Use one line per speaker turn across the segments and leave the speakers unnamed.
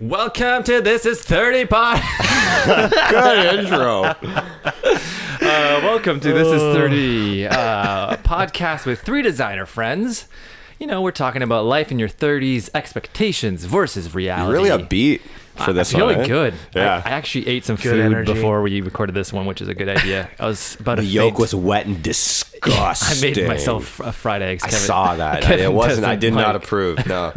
Welcome to This Is 30 Pod.
Good intro.
Uh, welcome to This Is 30,
Oh.
uh, a podcast with three designer friends. You know, we're talking about life in your 30s, expectations versus reality.
Really upbeat for this
Feeling
one. eh?
good. I-
Yeah.
I, actually ate some
Good
food
energy.
before we recorded this one, which is a good idea. I was about to
the yolk was wet and
I
disgusting.
made myself a fried eggs.
I
Kevin.
saw that. I,
Kevin
it wasn't. I
doesn't
did
like-
not
Uh,
approve. No.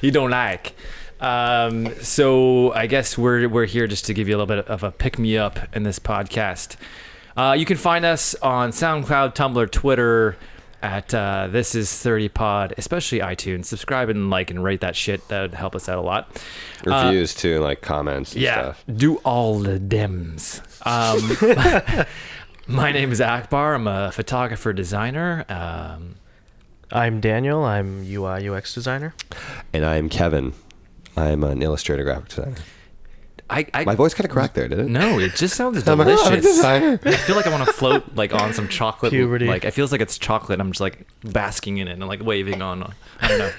you don't like. Um, so I guess we're we're here just to give you a little bit of a pick me up in this podcast. Uh, you can find us on SoundCloud, Tumblr, Twitter at uh, this is 30 pod especially itunes subscribe and like and rate that shit that would help us out a lot Uh,
Reviews too, like comments and
yeah
stuff.
do all the dems um, my name is akbar i'm a photographer designer um,
I'm Daniel. I'm UI UX designer.
And I'm Kevin. I'm an illustrator graphic designer.
I, I
My voice kind of cracked there, didn't it?
no it just sounds
I'm a graphic
delicious
designer.
I feel like I want to float like on some chocolate.
Puberty.
Like it feels like it's chocolate. I'm just like basking in it and like waving on. I don't know.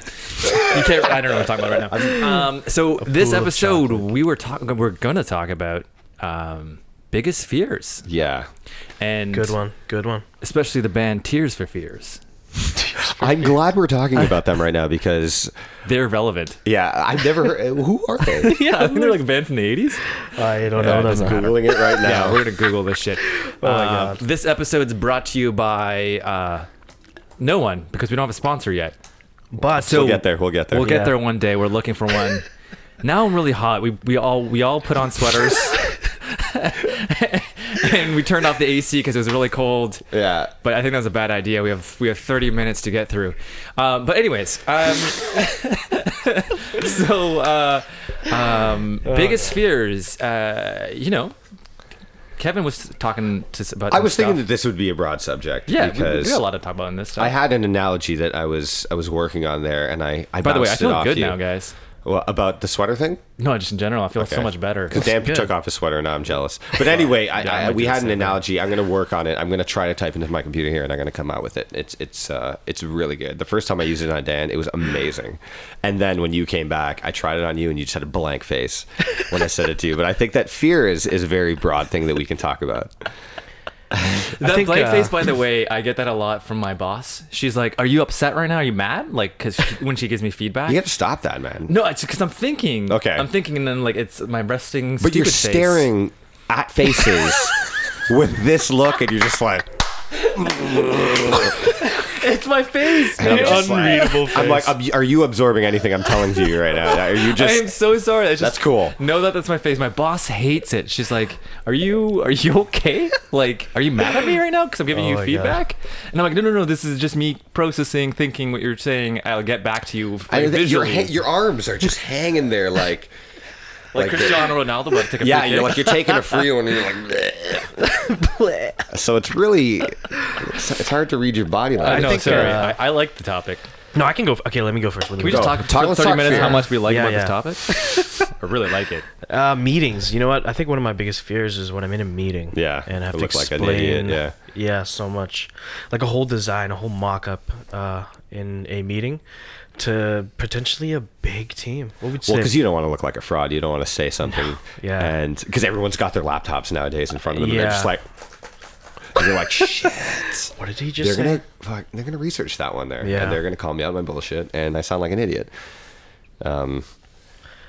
You can't. I don't know what I'm talking about right now. Um, so this
pool of
episode, we were talking. We're gonna talk about um, biggest fears
Yeah.
and
Good one. Good one.
especially the band Tears for Fears.
I'm glad we're talking about them right now because,
They're relevant.
yeah, I've never. Who are they?
Yeah, I think they're like a band from the '80s.
I don't
I'm
know.
just
Doesn't matter.
Googling it right
Yeah,
now.
we're gonna Google this shit.
Oh my
Uh,
God.
This episode's brought to you by uh, no one because we don't have a sponsor yet.
But
So-
We'll get there. We'll get there.
We'll get
Yeah.
there one day. We're looking for one. now I'm really hot. We we all we all put on sweaters. and we turned off the AC because it was really cold.
yeah.
But I think that was a bad idea. We have we have 30 minutes to get through. Um, but anyways, um, so uh, um,
Oh,
biggest fears. Uh, you know, Kevin was talking to us about.
I
some
was thinking that
stuff.
this would be a broad subject.
yeah, we, we
because
got a lot to talk about in this. Stuff.
I had an analogy that I was I was working on there, and I I
By the way, I
bounced it
feel
off
good
you.
now, guys.
Well, about the sweater thing,
No, just in general, I feel so
Okay.
much better.
because Dan
Good.
took off his sweater, and now I'm jealous. But anyway, I,
Yeah, I
I,
might
we
do the
had an
same thing.
analogy. I'm going to work on it. I'm going to try to type into my computer here, and I'm going to come out with it. It's it's uh, it's really good. The first time I used it on Dan, it was amazing, and then when you came back, I tried it on you, and you just had a blank face when I said it to you. But I think that fear is is a very broad thing that we can talk about.
That
think,
blank
uh,
face, by the way, I get that a lot from my boss. She's like, "Are you upset right now? Are you mad?" Like, because when she gives me feedback,
You have to stop that, man.
no, it's because I'm thinking.
Okay.
I'm thinking, and then like it's my resting.
but you're
stupid face.
staring at faces with this look, and you're just like.
It's my face.
And
man.
I'm just like- Unreadable
I'm like,
face.
"Ab- are you absorbing anything I'm telling to you right now? Are you
I am
just?
so sorry. It's just,
That's cool.
Know that that's my face. My boss hates it. She's like, "Are you are you okay? Like, are you mad at me right now? Because I'm giving
Oh my
you
God.
feedback." And I'm like, "No, no, no. This is just me processing, thinking what you're saying. I'll get back to you like,
I- your,
visually."
ha- your arms are just hanging there, like,
like,
like
Cristiano Ronaldo about to take a
yeah,
free
you're
kick.
like you're taking a free one, and you're like. so it's really, it's, it's hard to read your body
I
language.
know.
think,
sorry,
uh,
I, I like the topic.
No, I can go. f- Okay, let me go first. Let me
Can we
go.
just
Go.
talk,
Talk-
for
let's
30
talk
minutes
fear.
how much we like
Yeah,
about this topic? I really like it.
Uh, meetings. You know what? I think one of my biggest fears is when I'm in a meeting.
Yeah,
And I have
I
to
look like an
explain.
idiot, yeah.
Yeah, so much. Like a whole design, a whole mock-up uh, in a meeting to potentially a big team. What would you
Well,
say?
because you don't want to look like a fraud. You don't want to say something.
Yeah.
And because everyone's got their laptops nowadays in front of them, and they're
Yeah.
just like, and you're like, shit.
what did he just
they're
say?
gonna fuck, they're gonna research that one there,
Yeah.
and they're gonna call me out on my bullshit, and I sound like an idiot. Um,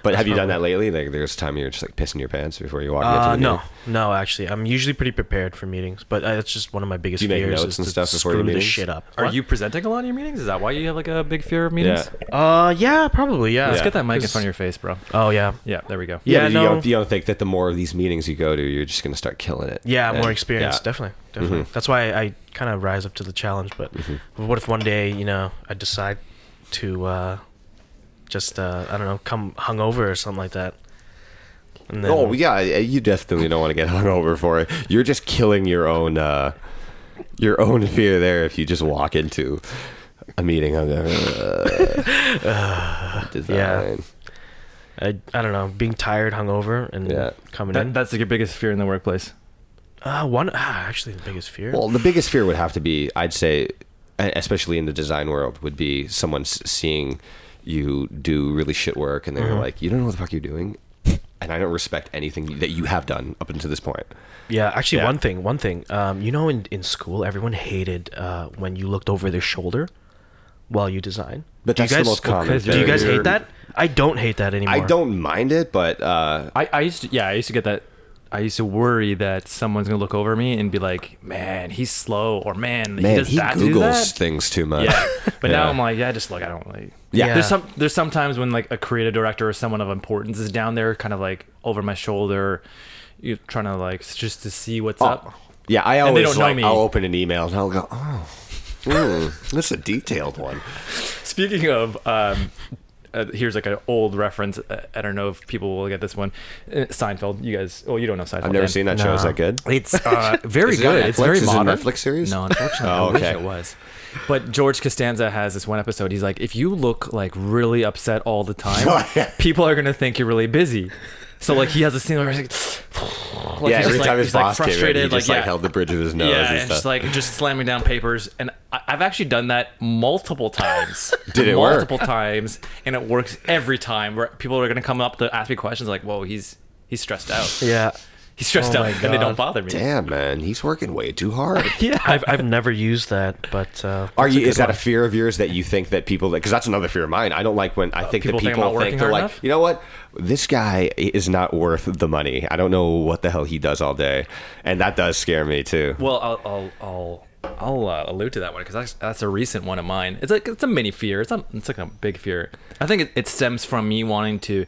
but have you done that lately? Like, there's a time you're just like pissing your pants before you walk into
Uh,
the
no,
meeting?
no. Actually, I'm usually pretty prepared for meetings, but uh, it's just one of my biggest
Do you make
fears
notes
is
and
to
stuff before your
screw this
meetings?
shit up.
Are
What?
you presenting a lot in your meetings? Is that why you have like a big fear of meetings?
Yeah.
Uh, yeah, probably. Yeah.
Let's
Yeah.
get that mic in front of your face, bro.
Oh yeah.
Yeah, there we go.
Yeah,
but
no.
You don't, you don't think that the more of these meetings you go to, you're just gonna start killing it?
Yeah,
And-
more experience,
yeah. Mm-hmm.
definitely, definitely. That's why I, kind of rise up to the challenge. But what if one day, you know, I decide to uh, just, uh, I don't know, come hungover or something like that? And then,
Oh yeah, you definitely don't want to get hungover for it. You're just killing your own, uh, your own fear there if you just walk into a meeting hungover. Uh, design.
I, I don't know, being tired, hungover, and
Yeah.
coming
That,
in.
that's like your biggest fear in the workplace.
uh, one, ah, actually, the biggest fear.
Well, the biggest fear would have to be, I'd say, e- especially in the design world, would be someone s- seeing you do really shit work and they're
Mm-hmm.
like, you don't know what the fuck you're doing. And I don't respect anything that you have done up until this point.
Yeah, actually,
Yeah.
one thing, one thing. Um, you know, in, in school, everyone hated uh, when you looked over their shoulder while you design.
But
Do you
that's the
guys-
most common
okay, Do you guys
thing.
hate that? I don't hate that anymore.
I don't mind it, but uh,
I, I used to yeah, I used to get that I used to worry that someone's gonna look over me and be like, Man, he's slow or man, he
man,
does
he
that do that.
Googles things too much.
Yeah. But now
Yeah.
I'm like, yeah, just like I don't like
Yeah.
There's some there's sometimes when like a creative director or someone of importance is down there kind of like over my shoulder, you're trying to like s- just to see what's
Oh.
up.
Yeah, I
And they
always
don't know
like,
me.
I'll open an email and I'll go, oh, hmm, that's a detailed one.
Speaking of, um, uh, here's like an old reference. Uh, I don't know if people will get this one. Uh, Seinfeld. You guys, oh, you don't know Seinfeld.
I've never
Dan.
seen that show. Is
Nah.
that good?
It's uh, very
Is it on
good. it's
Netflix?
very
Is it a
modern.
Netflix series?
No, unfortunately,
Oh,
I
okay.
wish it was. But George Costanza has this one episode. He's like, if you look like really upset all the time, people are gonna think you're really busy. So like he has a scene where he's like, like
yeah,
he's
every
just, like,
time his
he's, like,
boss came in,
frustrated,
he
like,
just
yeah.
like held the bridge of his nose.
yeah,
and
and
stuff.
just like just slamming down papers, and I, I've actually done that multiple times.
Did it work?
multiple times, and it works every time. Where people are gonna come up to ask me questions like, "Whoa, he's he's stressed out.
Yeah.
He's stressed
Oh
out,"
my
and they don't
God.
bother me.
damn, man, he's working way too hard.
Yeah,
I've, I've never used that, but. Uh,
Are
that's
you?
good
Is that a
one.
fear of yours that you think that people? Because that's another fear of mine. I don't like when I think
people
that
think I'm
people
not
think,
working
they're
hard
like,
enough?
you know what? This guy is not worth the money. I don't know what the hell he does all day, and that does scare me too.
Well, I'll I'll I'll, I'll uh, allude to that one because that's, that's a recent one of mine. It's like it's a mini fear. It's not it's like a big fear. I think it, it stems from me wanting to.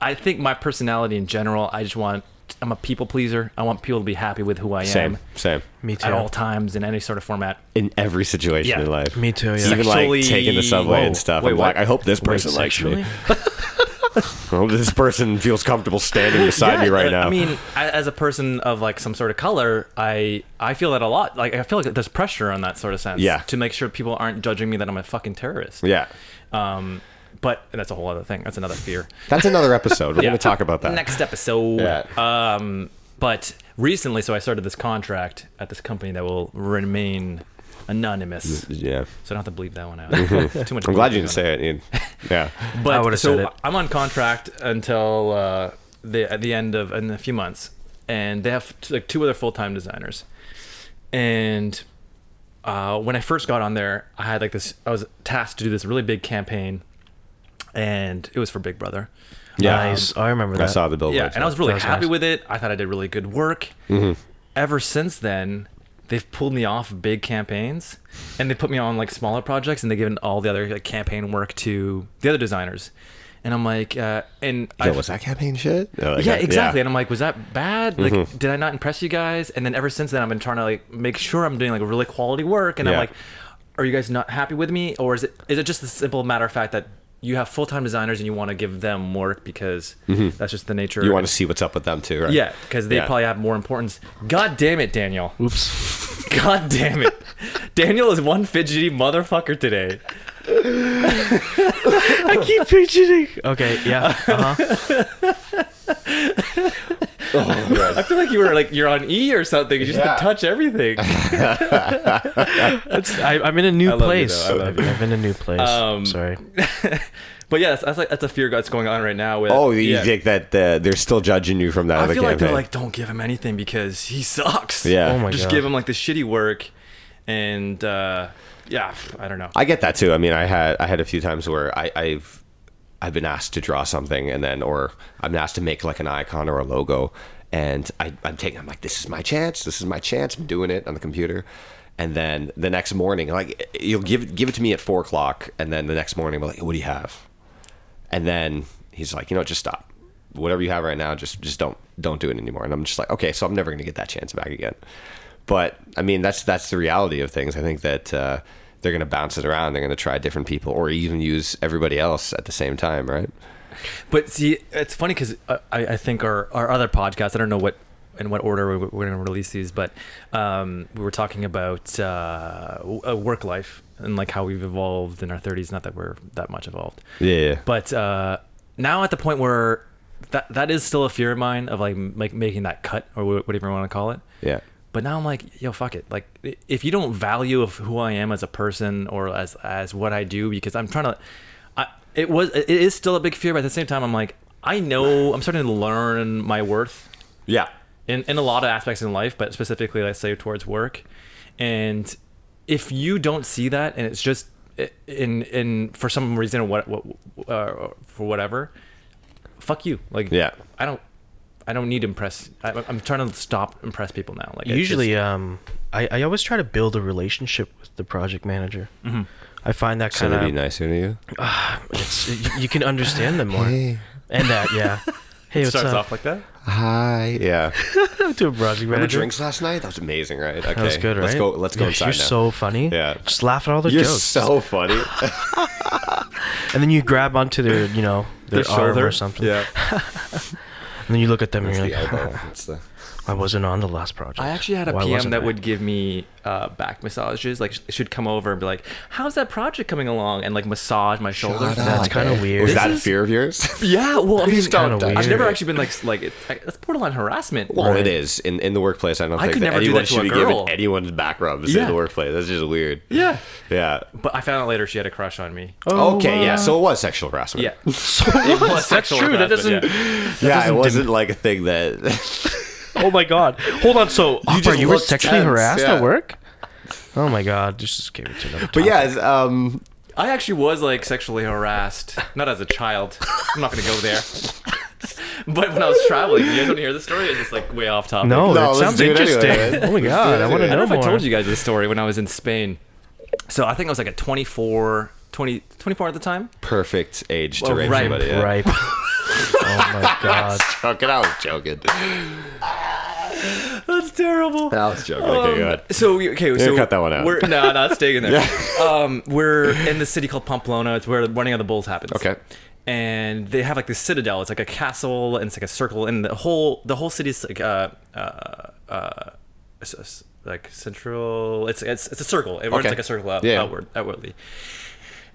I think my personality in general. I just want. I'm a people pleaser. I want people to be happy with who I am.
same, same.
Me
At all
too.
times in any sort of format.
In every situation
Yeah.
in life,
Me too, yeah.
Even
Sexually-
like taking the subway
Whoa.
and stuff.
Wait,
I'm
what?
like, I hope this
Wait,
person likes
sexually?
me. I hope this person feels comfortable standing beside me right
uh,
now.
I mean, a- as a person of like some sort of color, I I feel that a lot. Like I feel like there's pressure on that sort of sense.
Yeah.
To make sure people aren't judging me that I'm a fucking terrorist.
yeah.
Um, but and that's a whole other thing. That's another fear.
That's another episode. We're going to talk about that.
next episode.
Yeah.
Um, but recently, so I started this contract at this company that will remain anonymous, so
Yeah.
I don't have to bleep that one out. Too much.
Mm-hmm. I'm glad you didn't say it. Ian. Yeah.
But
I would've
so
said it.
I'm on contract until uh, the at the end of in a few months, and they have t- like two other full time designers, and. Uh, when I first got on there, I had like this. I was tasked to do this really big campaign, and it was for Big Brother.
Yeah.
Nice. Oh, I remember that.
I saw the billboard.
Yeah, and I was really
That was
happy
nice.
with it. I thought I did really good work.
Mm-hmm.
Ever since then, they've pulled me off big campaigns, and they put me on like smaller projects, and they've given all the other like campaign work to the other designers. And I'm like, uh, and
Yo,
I've-
was that campaign shit? Yeah, Mm-hmm. like,
yeah,
uh,
exactly. And I'm like, was that bad? Like, did I not impress you guys? And then ever since then, I've been trying to like make sure I'm doing like really quality work. And I'm
Yeah.
like, are you guys not happy with me, or is it is it just the simple matter of fact that you have full time designers and you want to give them work because that's just the nature.
Mm-hmm. You want to see what's up with them too, right?
Yeah, because they
Yeah.
probably have more importance. God damn it, Daniel.
Oops.
God damn it. Daniel is one fidgety motherfucker today.
I keep fidgeting. Okay, yeah. Uh-huh.
I feel like you were like you're on E or something. You just
Yeah.
to touch everything.
It's, I, I'm in a new
love you,
place.
though. I love
am in a new place.
Um,
Sorry.
but yeah, that's, that's like that's a fear that's going on right now. With
Oh, you
yeah.
think that uh, they're still judging you from that
I
other
feel like
campaign?
they're like, don't give him anything because he sucks.
yeah.
Oh my
just
God.
give him like the shitty work, and uh, yeah, I don't know.
I get that too. I mean, I had I had a few times where I, I've I've been asked to draw something, and then or I've been asked to make like an icon or a logo, and I, I'm taking I'm like, this is my chance. This is my chance. I'm doing it on the computer, and then the next morning, like you'll give give it to me at four o'clock, and then the next morning, I'm like, what do you have? And then he's like, you know, just stop. Whatever you have right now, just just don't don't do it anymore. And I'm just like, okay, so I'm never gonna get that chance back again. But I mean, that's that's the reality of things. I think that uh, they're gonna bounce it around. They're gonna try different people, or even use everybody else at the same time, right?
But see, it's funny because I, I think our, our other podcast, I don't know what in what order we- we're going to release these, but um, we were talking about uh, w- uh, work life and like how we've evolved in our 30s. Not that we're that much evolved,
Yeah.
but uh, now at the point where that that is still a fear of mine of like like making that cut or wha- whatever you want to call it.
yeah.
But now I'm like, yo, fuck it. Like, i- if you don't value of who I am as a person or as as what I do, because I'm trying to, I it was it is still a big fear, but at the same time, I'm like, I know I'm starting to learn my worth
Yeah.
in, in a lot of aspects in life, but specifically, let's say towards work. And if you don't see that, and it's just i- in in for some reason, what what uh, for whatever, fuck you. Like
Yeah.
I don't. I don't need to impress. I, I'm trying to stop impress people now. Like it's
Usually,
just-
um, I, I always try to build a relationship with the project manager.
Mm-hmm.
I find that
So
kind
to be
of
nicer to you.
it's, you- you can understand them more,
Hey.
and that yeah. Hey,
it
what's
starts
up?
off like that.
Hi. Yeah.
to a project
Remember
manager.
drinks last night? That was amazing, right? Okay.
That was good, right?
Let's go. Let's go
Yeah,
inside
You're
now.
so funny.
Yeah.
Just laugh at all their
You're
jokes.
so funny.
and then you grab onto their, you know, their, arm or something.
Yeah.
And then you look at them
It's
and
the
you're like,
elbow. It's the-
I wasn't on the last project.
I actually had a
Why
PM
wasn't
that
I?"
would give me uh, back massages. Like, sh- she'd come over and be like, "How's that project coming along?" and like massage my shoulders.
Shut up.
That's kinda
Okay.
weird.
Was
This
that a
is-
fear of yours?
Yeah, well, I mean,
Please don't
kinda
do that.
weird.
I've never actually been like s- like it, I- that's borderline harassment.
Well,
Right.
it is in in the workplace. I don't
I
think
could
that
never do
anyone
that to
should
a
be
girl.
given anyone's back rubs
Yeah.
in the workplace. That's just weird.
Yeah,
Yeah.
but I found out later she had a crush on me.
okay. yeah. So it was sexual harassment.
yeah,
So it
was
was. That's
sexual
Oh. true. That doesn't.
harassment,
Yeah. It
doesn't
wasn't like a thing that.
Oh my god. Hold on. So you,
just
you were
looked
sexually
tense,
harassed
yeah.
at work? Oh my god. This just gave it to another.
but yeah. It's, um.
I actually was like sexually harassed, not as a child. I'm not gonna go there. but when I was traveling, you guys want to hear the story? It's just like way off topic.
No,
No,
that
let's
sounds
do it
interesting.
anyway, man.
oh my god. I want to
anyway.
I
know
don't know
more.
if I told you guys this story when I was in Spain. So I think I was like a 24, 20, 24 at the time.
Perfect age to
Well,
rape
right,
somebody. Yeah.
Ripe. oh my god.
Joking. I was joking.
That's terrible.
I was joking. Okay.
Um,
Good.
So we, okay, so
gonna cut that one out.
We're, no, no, it's staying in there. um, we're in this city called Pamplona. It's where the running of the bulls happens.
Okay.
And they have like this citadel. It's like a castle, and it's like a circle, and the whole the whole city's like uh uh uh it's- it's like central. It's it's it's a circle. It runs
Okay.
like a circle out,
Yeah.
outward outwardly.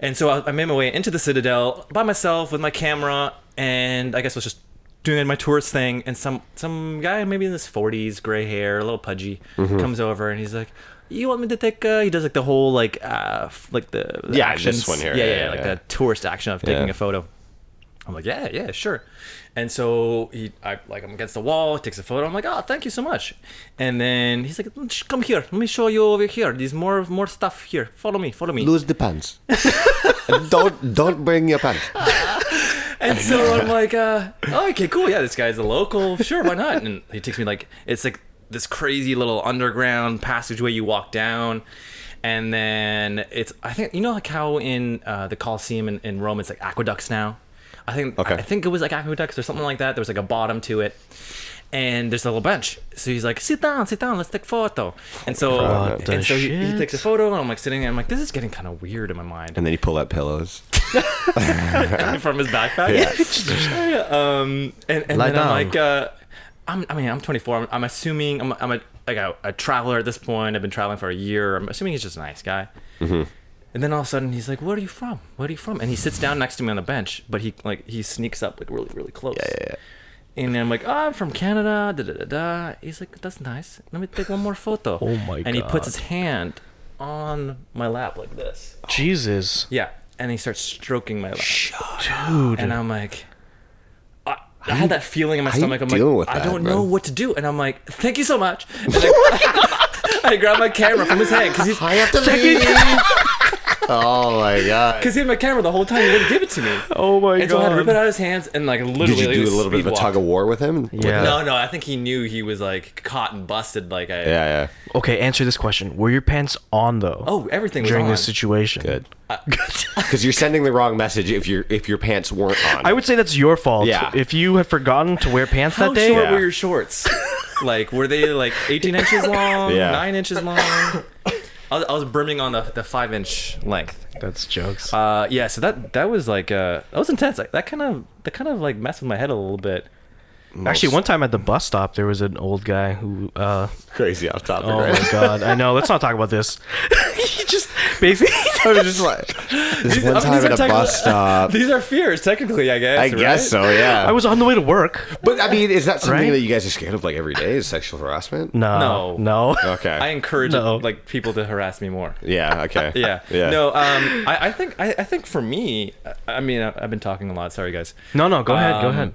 And so I, I made my way into the citadel by myself with my camera, and I guess I was just doing my tourist thing. And some some guy, maybe in his forties, gray hair, a little pudgy,
Mm-hmm.
comes over and he's like, "You want me to take?" Uh, he does like the whole like uh f- like the, the
Yeah, this
actions.
one here.
yeah,
Yeah,
yeah, like
yeah.
the tourist action of taking
Yeah.
a photo. I'm like, yeah, yeah, sure. And so he, I like, I'm against the wall. Takes a photo. I'm like, oh, thank you so much. And then he's like, "Sh- come here. Let me show you over here. There's more, more stuff here. Follow me. Follow me.
Lose the pants. don't don't bring your pants.
And so I'm like, uh, oh, okay, cool. Yeah, this guy's a local. Sure, why not? And he takes me like, it's like this crazy little underground passageway you walk down. And then it's, I think, you know, like how in uh, the Colosseum in, in Rome, it's like aqueducts now? I think,
Okay.
I think it was like aqueducts or something like that. There was like a bottom to it. And there's a little bench. So he's like, sit down, sit down, let's take photo. And so,
What
and
the
so he, he
shit?
takes a photo, and I'm like sitting there, I'm like, this is getting kind of weird in my mind.
And then you pull out pillows.
from his backpack. um, and, and
Lie
then I'm
down.
like, uh, I'm, I mean, I'm 24. I'm, I'm assuming I'm, I'm a like a, a traveler at this point. I've been traveling for a year. I'm assuming he's just a nice guy.
Mm-hmm.
And then all of a sudden he's like, "Where are you from? Where are you from?" And he sits down next to me on the bench, but he like he sneaks up like really really close.
yeah,
And I'm like, oh, I'm from Canada. Da, da, da, da. He's like, that's nice. Let me take one more photo.
Oh my
And he puts
God.
his hand on my lap like this.
Jesus.
Yeah. And he starts stroking my lap
Dude.
and I'm like, I, I had that feeling in my
you
stomach. I'm
dealing with
like, I
that,
don't
bro?
know what to do, and I'm like, thank you so much. And I, I grabbed my camera from his hand because he,
I have to leave. oh my god.
because he had my camera the whole time. He wouldn't give it to me.
oh my
and so I had to rip it out of his hands and like literally
Did you do
like,
a little bit of a
speed
tug of
walk.
war with him?
Yeah.
No, no, I think he knew he was like caught and busted. Like I,
Yeah, yeah.
Okay, answer this question. Were your pants on though?
oh, everything was
during
on.
this situation.
Good. Uh, Because you're sending the wrong message if your if your pants weren't on.
I would say that's your fault.
Yeah.
If you have forgotten to wear pants
How
that day,
short
Yeah.
were your shorts? like were they like 18 inches long?
Yeah.
Nine inches long? I was, I was brimming on the, the five inch length.
that's jokes.
Uh, yeah, so that that was like uh, that was intense. Like, that kind of that kind of like messed with my head a little bit.
Actually, one time at the bus stop, there was an old guy who. Uh,
crazy off topic,
oh
right?
my god! I know. Let's not talk about this. he just Spacey.
I was just like, this
These-
one
I mean,
time
these
at
are
a
technical-
bus stop.
These are fears, technically, I guess.
I guess so, yeah.
I was on the way to work.
but I mean, is that something
Right?
that you guys are scared of like every day? Is sexual harassment?
No.
No. No.
Okay.
I encourage
No.
like people to harass me more.
yeah. Okay.
Yeah.
Yeah.
No. Um. I, I think. I, I think for me. I, I mean, I, I've been talking a lot. Sorry, guys.
No, no, go ahead, go
Um,
ahead.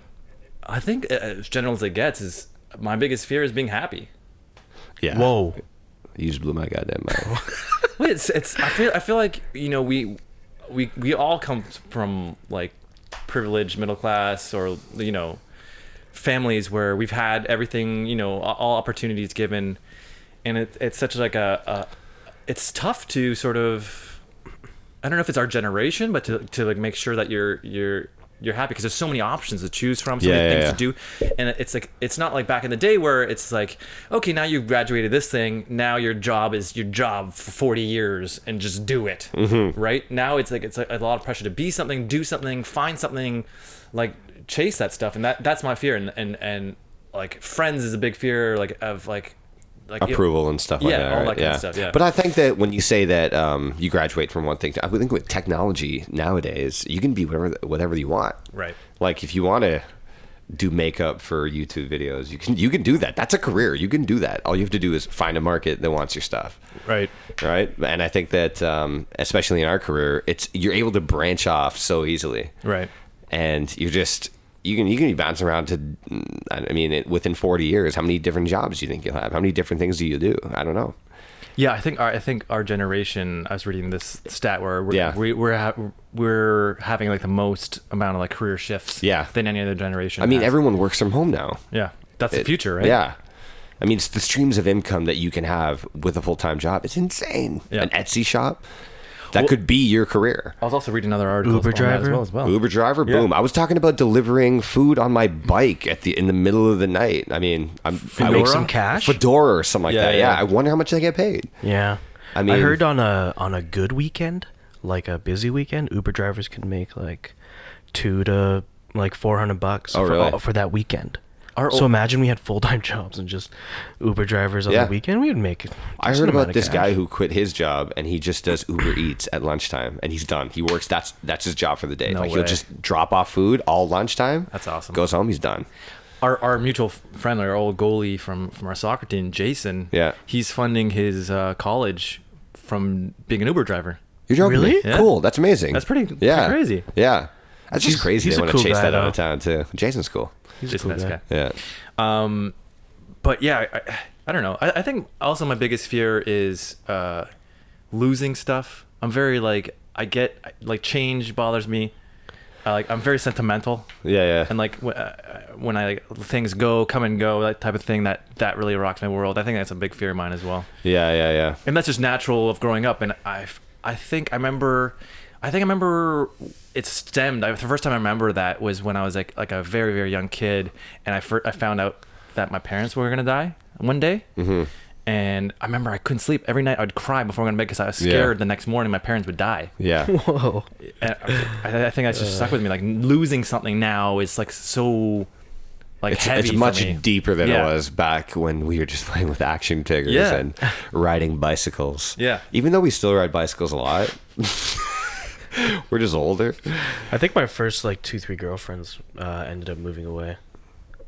I think uh, as general as it gets is my biggest fear is being happy.
Yeah.
Whoa.
You just blew my goddamn mind.
Wait, it's it's. I feel I feel like you know we we we all come from like privileged middle class or you know families where we've had everything you know a- all opportunities given, and it, it's such like a, a it's tough to sort of I don't know if it's our generation, but to, to like make sure that you're you're you're happy because there's so many options to choose from, so
Yeah,
many
yeah,
things
yeah.
to do do. And it's like it's not like back in the day where it's like, okay, now you graduated this thing, now your job is your job for 40 years and just do it. Right? Now it's like it's like a lot of pressure to be something, do something, find something, like chase that stuff. And that that's my fear and and and like friends is a big fear like of like like you know-
Approval and stuff like
Yeah,
that.
all
right?
that kind of stuff, yeah.
But I think that when you say that um, you graduate from one thing to, I would think with technology nowadays, you can be whatever whatever you want.
Right.
Like if you want to do makeup for YouTube videos, you can you can do that. That's a career. You can do that. All you have to do is find a market that wants your stuff.
Right.
Right. And I think that um, especially in our career, it's you're able to branch off so easily.
Right.
and you're just you can you can be bouncing around to I mean it, within 40 years how many different jobs do you think you'll have how many different things do you do I don't know
Yeah, I think our I think our generation. I was reading this stat where we're
Yeah.
we, we're ha- we're having like the most amount of like career shifts.
Yeah.
than any other generation.
I mean
has.
everyone works from home now
Yeah, that's the
It-
future, right?
yeah I mean it's the streams of income that you can have with a full-time job it's insane
Yeah.
an Etsy shop that could be your career
I was also reading another article
Uber
on that as
driver?
well. As well.
Uber driver, boom! I was talking about delivering food on my bike at the in the middle of the night. I mean, I'm I
Make
make
some cash.
fedora or something like
Yeah,
that.
yeah.
Yeah. I wonder how much they get paid.
Yeah.
I mean-
I heard on a on a good weekend, like a busy weekend, Uber drivers can make like two to like four hundred bucks
Oh,
for,
really?
for that weekend.
Our
so
ol-
imagine we had full time jobs and just Uber drivers on
Yeah.
the weekend, we would make. a
I
decent
heard
amount
about
of
this
cash.
guy who quit his job and he just does Uber Eats at lunchtime and he's done. He works that's that's his job for the day.
No
like
way.
he'll just drop off food all lunchtime.
That's awesome.
Goes home, he's done.
Our, our mutual f- friend, our old goalie from, from our soccer team, Jason.
Yeah.
he's funding his uh, college from being an Uber driver.
You're joking?
Really?
me?
Yeah.
Cool. That's amazing.
That's pretty- pretty
yeah.
crazy.
Yeah. That's just
He's-
crazy.
he's
They
a
want
cool
to chase
guy,
that out of
though.
town too. Jason's cool.
He's a
Jason,
cool
nice
guy.
guy.
Yeah.
Um, but yeah, I, I don't know. I, I think also my biggest fear is uh, losing stuff. I'm very like I get like change bothers me. Uh, like I'm very sentimental,
Yeah. Yeah.
and like wh- uh, when I like, things go, come and go, that type of thing. That that really rocks my world. I think that's a big fear of mine as well
yeah. Yeah. Yeah.
and that's just natural of growing up. And I, I think I remember, I think I remember it stemmed. I, the first time I remember that was when I was like like a very very young kid, and I fir- I found out that my parents were gonna die one day. Mm-hmm. And I remember I couldn't sleep every night. I'd cry before going to bed because I was
Yeah.
scared the next morning my parents would die.
Yeah.
Whoa.
And I, I think that's just stuck with me. Like losing something now is like so, like
It's,
heavy.
it's
for
much
me.
deeper than
Yeah.
it was back when we were just playing with action figures
Yeah.
and riding bicycles.
Yeah.
Even though we still ride bicycles a lot, we're just older.
I think my first like two three girlfriends uh, ended up moving away.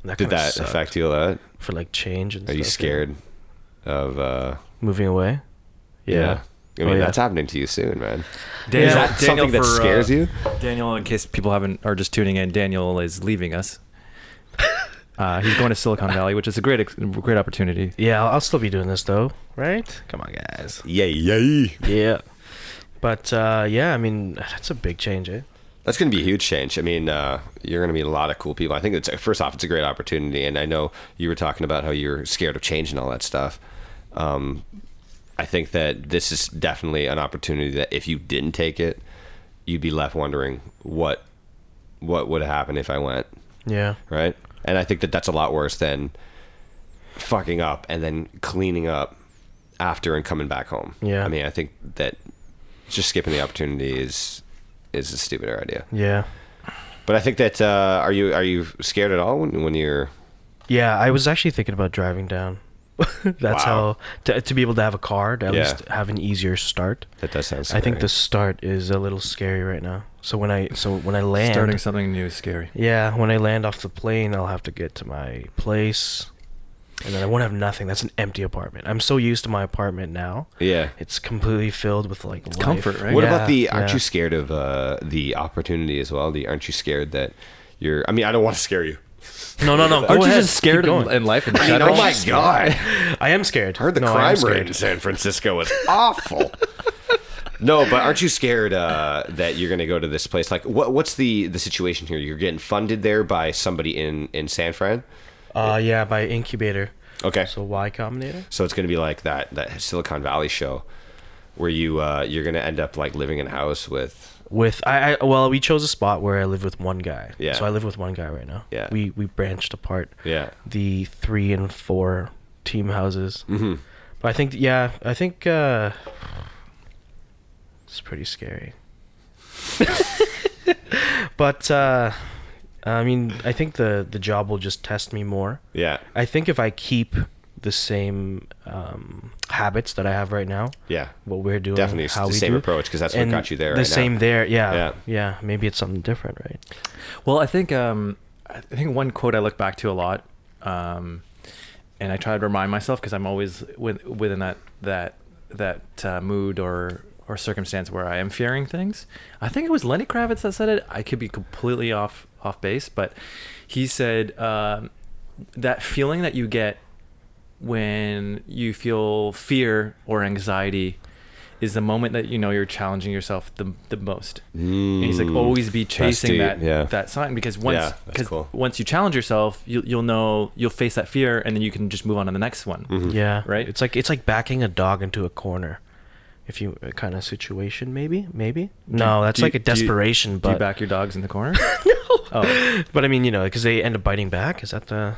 And
Did
kinda
that
sucked
affect you a lot?
for like change and
Are you
stuff, yeah.
scared of uh
moving away?
yeah. I mean
Oh, yeah.
that's happening to you soon, man.
Daniel,
Is that
Daniel
something that
for, uh,
scares you?
Daniel, in case people haven't are just tuning in, Daniel is leaving us. Uh, he's going to Silicon Valley, which is a great ex- great opportunity.
Yeah, I'll, I'll still be doing this though, right? Come on, guys.
Yay, yay.
Yeah. But uh, yeah, I mean that's a big change, eh?
That's going to be a huge change. I mean, uh, you're going to meet a lot of cool people. I think it's first off, it's a great opportunity, and I know you were talking about how you're scared of change and all that stuff. Um, I think that this is definitely an opportunity that if you didn't take it, you'd be left wondering what what would happen if I went.
Yeah.
right? And I think that that's a lot worse than fucking up and then cleaning up after and coming back home.
Yeah.
I mean, I think that just skipping the opportunity is is a stupider idea.
Yeah.
But I think that uh, are you are you scared at all when when you're
Yeah, I was actually thinking about driving down That's
Wow.
how to, to be able to have a car to at
Yeah.
least have an easier start.
That does sound.
I think
scary.
the start is a little scary right now. So when I so when I land
Starting something new is scary.
Yeah, when I land off the plane, I'll have to get to my place, and then I won't have nothing. That's an empty apartment. I'm so used to my apartment now;
Yeah.
it's completely filled with like life.
comfort, right?
What
Yeah,
about the? Aren't
yeah.
you scared of uh, the opportunity as well? The aren't you scared that you're? I mean, I don't want to scare you.
No, no, no. Go
Aren't you
ahead,
just scared
keep
in,
going.
in life in
I mean,
general?
oh my god!
I am scared.
I heard the
No, I am
crime
scared.
rate in San Francisco was awful. no, but aren't you scared uh, that you're going to go to this place? Like, what, what's the the situation here? You're getting funded there by somebody in in San Fran.
Uh, yeah, by incubator.
Okay.
So Y Combinator.
So it's going to be like that that Silicon Valley show, where you uh, you're going to end up like living in a house with
With I, I, well, we chose a spot where I live with one guy.
Yeah.
So I live with one guy right now.
Yeah.
We we branched apart.
yeah.
the three and four team houses. Mm-hmm. But I think, yeah, I think uh, it's pretty scary. but uh, I mean, I think the the job will just test me more.
Yeah,
I think if I keep the same um, habits that I have right now,
yeah,
what we're doing,
Definitely s-
how
the
we
same
do,
approach, 'cause that's what
and
got you there
The
right now.
same there, yeah,
Yeah.
yeah, Maybe it's something different, right?
Well, I think um, I think one quote I look back to a lot, um, and I try to remind myself because I'm always with, within that that that uh, mood or or circumstance where I am fearing things. I think it was Lenny Kravitz that said it. I could be completely off off base, but he said um, that feeling that you get when you feel fear or anxiety is the moment that you know you're challenging yourself the, the most. and he's like
Mm.
always be chasing
deep,
that
yeah.
that sign because once
Yeah, that's
because
cool.
once you challenge yourself, you, you'll know you'll face that fear and then you can just move on to the next one.
Mm-hmm.
Yeah.
Right?
It's like it's like backing a dog into a corner. If you uh, kind of situation maybe, maybe. No, that's
Do you-
like a
do you-
desperation,
Do you
but
back your dogs in the corner? Oh.
but I mean, you know, cuz they end up biting back. Is that the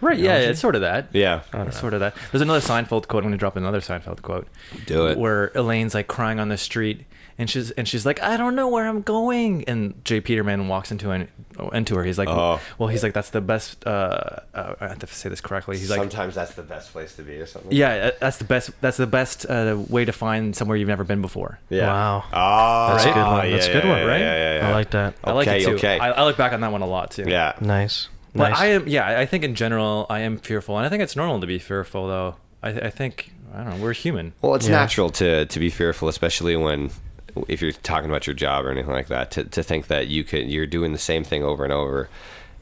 right? Yeah,
Analogy?
it's sort of that.
yeah.
I don't
It's
know.
sort of that. There's another Seinfeld quote. I'm gonna drop another Seinfeld quote.
Do it.
Where Elaine's like crying on the street, and she's and she's like, I don't know where I'm going. And Jay Peterman walks into an, into her. He's like,
Oh.
Well, he's like, that's the best. Uh, uh, I have to say this correctly. He's like,
Sometimes that's the best place to be, or something.
Yeah, uh, that's the best. That's the best uh, way to find somewhere you've never been before.
Yeah.
Wow.
Oh,
That's a
right?
good one.
Yeah,
That's a
yeah,
good one,
yeah,
right?
Yeah, yeah, yeah.
I like that.
I like it
Okay,
too.
okay.
I, I look back on that one a lot too.
Yeah.
Nice.
But
nice.
I am. Yeah, I think in general I am fearful, and I think it's normal to be fearful, though. I, I think I don't know. We're human.
Well, it's
Yeah.
natural to to be fearful, especially when if you're talking about your job or anything like that. To to think that you could you're doing the same thing over and over,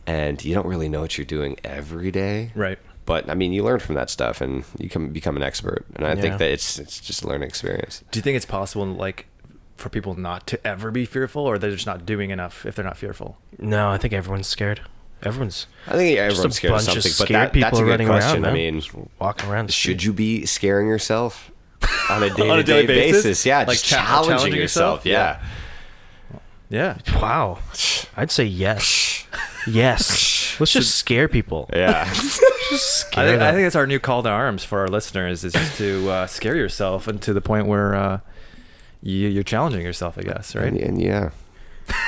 and you don't really know what you're doing every day.
Right.
But I mean, you learn from that stuff, and you can become an expert. And I
Yeah.
think that it's it's just a learning experience.
Do you think it's possible, like, for people not to ever be fearful, or they're just not doing enough if they're not fearful?
No, I think everyone's scared. Everyone's
I think
just
everyone's
a
scared of
bunch
something,
of
but
scared
that,
people
that's a good
running
question.
around. man.
I mean,
Just walking around. the
should
street.
you be scaring yourself on a day
On a
to
daily
day
basis?
basis? Yeah,
Like
just
cha-
challenging,
challenging
yourself.
yourself?
Yeah.
Yeah.
Wow. I'd say yes. yes. Let's just scare people.
Yeah.
Just scare
I think, I
them.
think it's our new call to arms for our listeners is just to uh, scare yourself and to the point where uh, you, you're challenging yourself, I guess, right?
and, and yeah.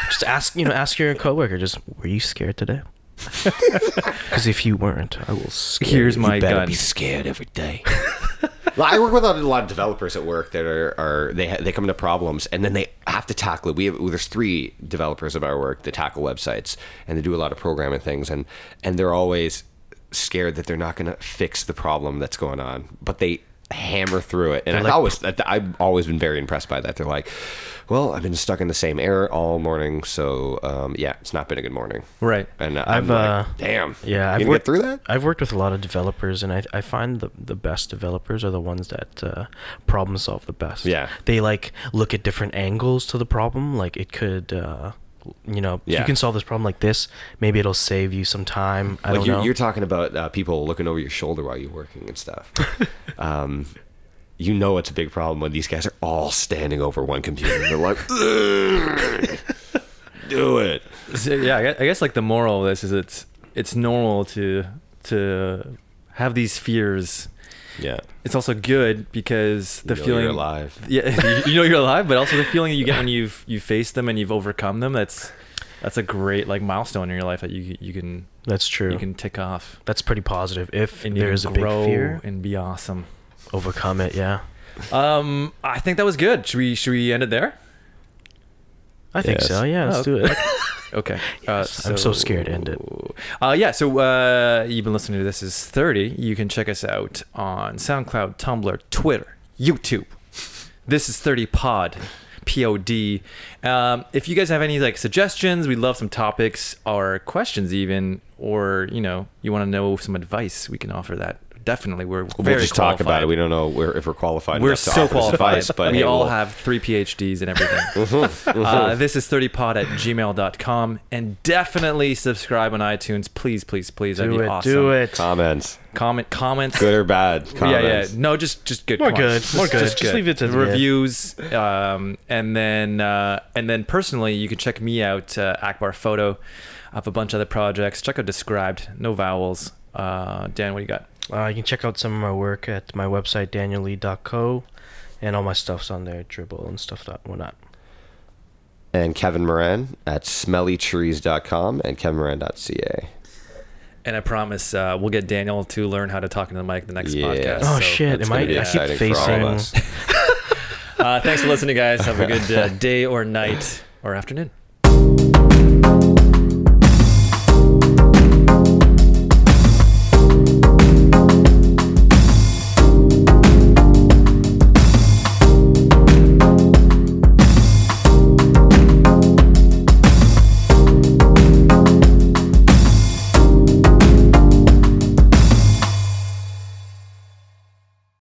Just ask, you know, ask your coworker. Just were you scared today? Because if you weren't, I will. Scare
Here's
you.
my
better
gun.
Be scared every day.
Well, I work with a lot of developers at work that are, are they ha- they come into problems and then they have to tackle it. We have well, there's three developers of our work that tackle websites and they do a lot of programming things and and they're always scared that they're not going to fix the problem that's going on, but they hammer through it. And I
like-
always I've always been very impressed by that. They're like, well, I've been stuck in the same error all morning, so um, yeah, it's not been a good morning.
Right.
And i
I've,
am like,
uh,
damn, you
Yeah, I've
gonna get
worked
through that.
I've worked with a lot of developers, and I I find the the best developers are the ones that uh, problem solve the best.
Yeah.
they like look at different angles to the problem. Like it could. Uh, you know,
Yeah.
you can solve this problem like this. Maybe it'll save you some time. I
like
don't
you're,
know.
you're talking about uh, people looking over your shoulder while you're working and stuff. um, you know it's a big problem when these guys are all standing over one computer. They're like, "Ugh, do it.
So, yeah, I guess, I guess like the moral of this is it's it's normal to to have these fears.
Yeah,
It's also good because the
know you're
feeling
alive.
Yeah, you, you know you're alive, but also the feeling that you get when you've you faced them and you've overcome them. That's that's a great like milestone in your life that you you can
That's true.
you can tick off.
That's pretty positive. If
And you
there is a
can
big
grow
fear,
and be awesome.
overcome it. Yeah,
Um, I think that was good. Should we should we end it there?
I think
Yes.
so. Yeah, let's
Oh,
do it.
Okay.
Yes, I'm so scared to end it.
Uh, yeah. So uh, you've been listening to this is 30. You can check us out on SoundCloud, Tumblr, Twitter, YouTube. This is 30 Pod. Pod. Um, if you guys have any like suggestions, we love some topics or questions, even or you know you want to know some advice, we can offer that. Definitely, we're
We'll
very
just talk about
qualified.
it. We don't know where, if we're qualified.
We're
enough to
so
offer this
qualified.
advice, but
we
hey,
all
we'll-
have three PhDs and everything. uh, this is 30pod at gmail.com. And definitely subscribe on iTunes. Please, please, please. That'd
Do
be
it.
awesome.
Do it.
comments,
Comment, comments.
good or bad.
Yeah,
Comments.
yeah. No, just just good.
More
Come on.
good, more good.
Just,
Just leave it to the end.
reviews. Um, and then uh, and then personally, you can check me out uh, Akbar Photo. I have a bunch of other projects. Check out Described. No vowels. Uh, Dan, what do you got?
Uh, you can check out some of my work at my website daniellee.co, and all my stuff's on there, dribble and stuff that whatnot.
And Kevin Moran at smellytrees.com and kevinmoran.ca.
And I promise uh, we'll get Daniel to learn how to talk into the mic the next
Yeah.
podcast.
Oh,
Oh
so-
shit!
that's
Am
gonna
I?
be
I keep
exciting for all
facing.
of us.
Uh, thanks for listening, guys. Have a good uh, day or night or afternoon.